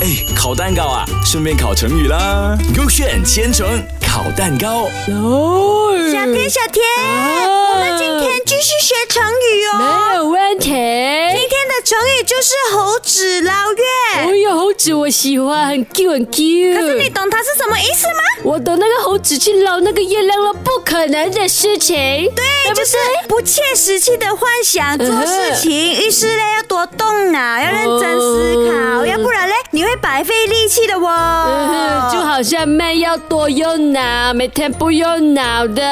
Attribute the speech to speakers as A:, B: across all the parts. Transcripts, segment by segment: A: 哎，烤蛋糕啊，顺便烤成语啦。勾选千层烤蛋糕，
B: 哦，
C: 小天，小天，我们今天继续学成语哦。
B: 没有问题。
C: 今天的成语就是猴子捞
B: 哎
C: 月。
B: 呦，猴子我喜欢，很 Q 很 Q。
C: 可是你懂它是什么意思吗？
B: 我懂那个猴子去捞那个月亮了，不可能的事情。对
C: 对，就是
B: 哎
C: 不切实际的幻
B: 嗯
C: 想做事情，于是呢要多动脑，要认真思考，
B: 哦
C: 要不然嘞你会白费力气的哦。
B: 嗯呃就好像妹要多用脑，每天不用脑的。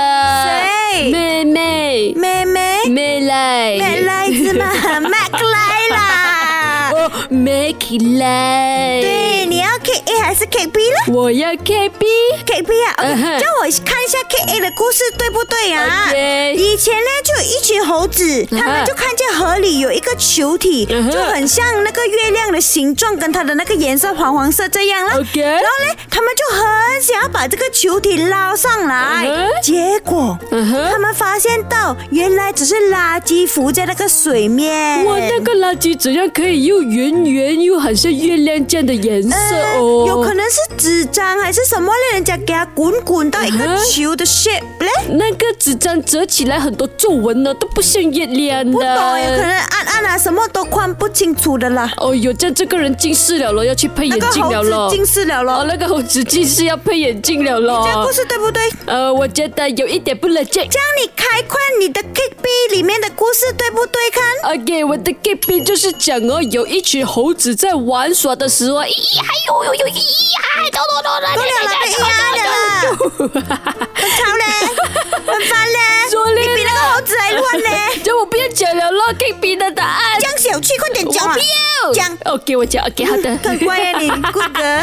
C: 谁
B: 妹妹，
C: 妹妹，
B: 妹来，
C: 妹来子 嘛，Mac 来啦。
B: 哦，妹起来。
C: 对，，你要 K A 还是 K B 呢
B: 我要 KB。
C: ？K B 啊
B: 嗯
C: ，OK，
B: 哼
C: 叫我看一下 K A 的故事对不对啊？
B: OK
C: 以前呢，就有一群猴子，他们
B: 嗯
C: 就看见河里有一个球体，
B: 嗯哼
C: 就很像那个月亮的形状，跟它的那个颜色黄黄色这样啦。
B: OK
C: 然后呢，他们就很想要把这个球体捞上来
B: 嗯哼，
C: 结果
B: 嗯
C: 他
B: 哼，
C: 们发现到原来只是垃圾浮在那个水面。
B: 哇，那个垃圾怎样可以又圆圆又好像月亮这样的颜色
C: 呃
B: 哦？
C: 有可能是纸张还是什么嘞？人家给它滚滚到一
B: 嗯
C: 个
B: 哼
C: 球的 shape 嘞。
B: 那个纸张折起来很多皱纹呢，都不像月亮的。
C: 不懂，有可能暗暗啊，什么都看不清楚的啦。
B: 哦哟，这样这个人近视了咯，要去配
C: 那
B: 眼
C: 个
B: 镜了
C: 猴
B: 咯。
C: 子近视了
B: 哦，
C: 咯，
B: 那个猴子近视要配眼镜了
C: 这个
B: 咯
C: 故。事对不对？
B: 呃，我觉得有一点不冷静。
C: 这样你开宽你的 K B 里面的故事对不对？看，
B: OK，我的 K B 就是讲哦，有一群猴子在玩耍的时候，咦，还有有有咦呀，走走走走，
C: 够了啦，别压了啦，很吵嘞，很烦嘞，
B: 说累
C: 比那个猴子还乱嘞。
B: 这我不要讲了咯，K B 的答案。
C: 江小七，快点
B: 我
C: 讲啊！
B: 不要
C: 讲
B: ，OK，我讲 OK，好的。
C: 很乖 啊，你哥哥。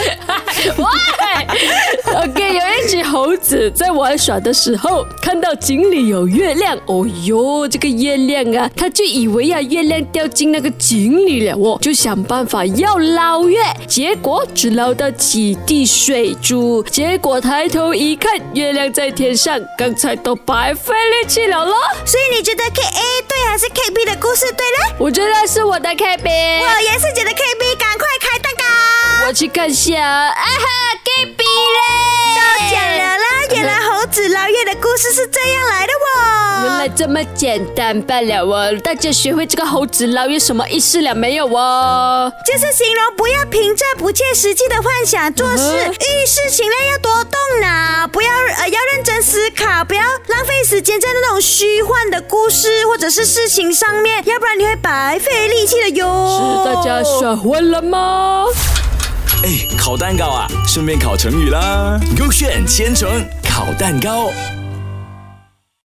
B: 喂，OK，有一只猴子在玩耍的时候，看到井里有月亮，哦哟，这个月亮啊，它就以为啊月亮掉进那个井里了哦，就想办法要捞月，结果只捞到几滴水珠，结果抬头一看，月亮在天上，刚才都白费力气了咯。
C: 所以你觉得 K A 对还是 K B 的故事对呢？
B: 我觉得是我的 K B，
C: 我也是觉得 K B，赶快开蛋糕。
B: 我去看一下啊哈 K B
C: 都
B: 嘞，
C: 讲了啦，原来猴子捞月的故事是这样来的哦。
B: 原来这么简单罢了哦！大家学会这个猴子捞月什么意思了没有哦？
C: 就是形容不要凭着不切实际的幻想做事，
B: 嗯
C: 遇事情呢要多动脑，不要呃要认真思考，不要浪费时间在那种虚幻的故事或者是事情上面，要不然你会白费力气的哟。
B: 是大家耍混了吗？
A: 哎，烤蛋糕啊，顺便烤成语啦。勾选千层烤蛋糕。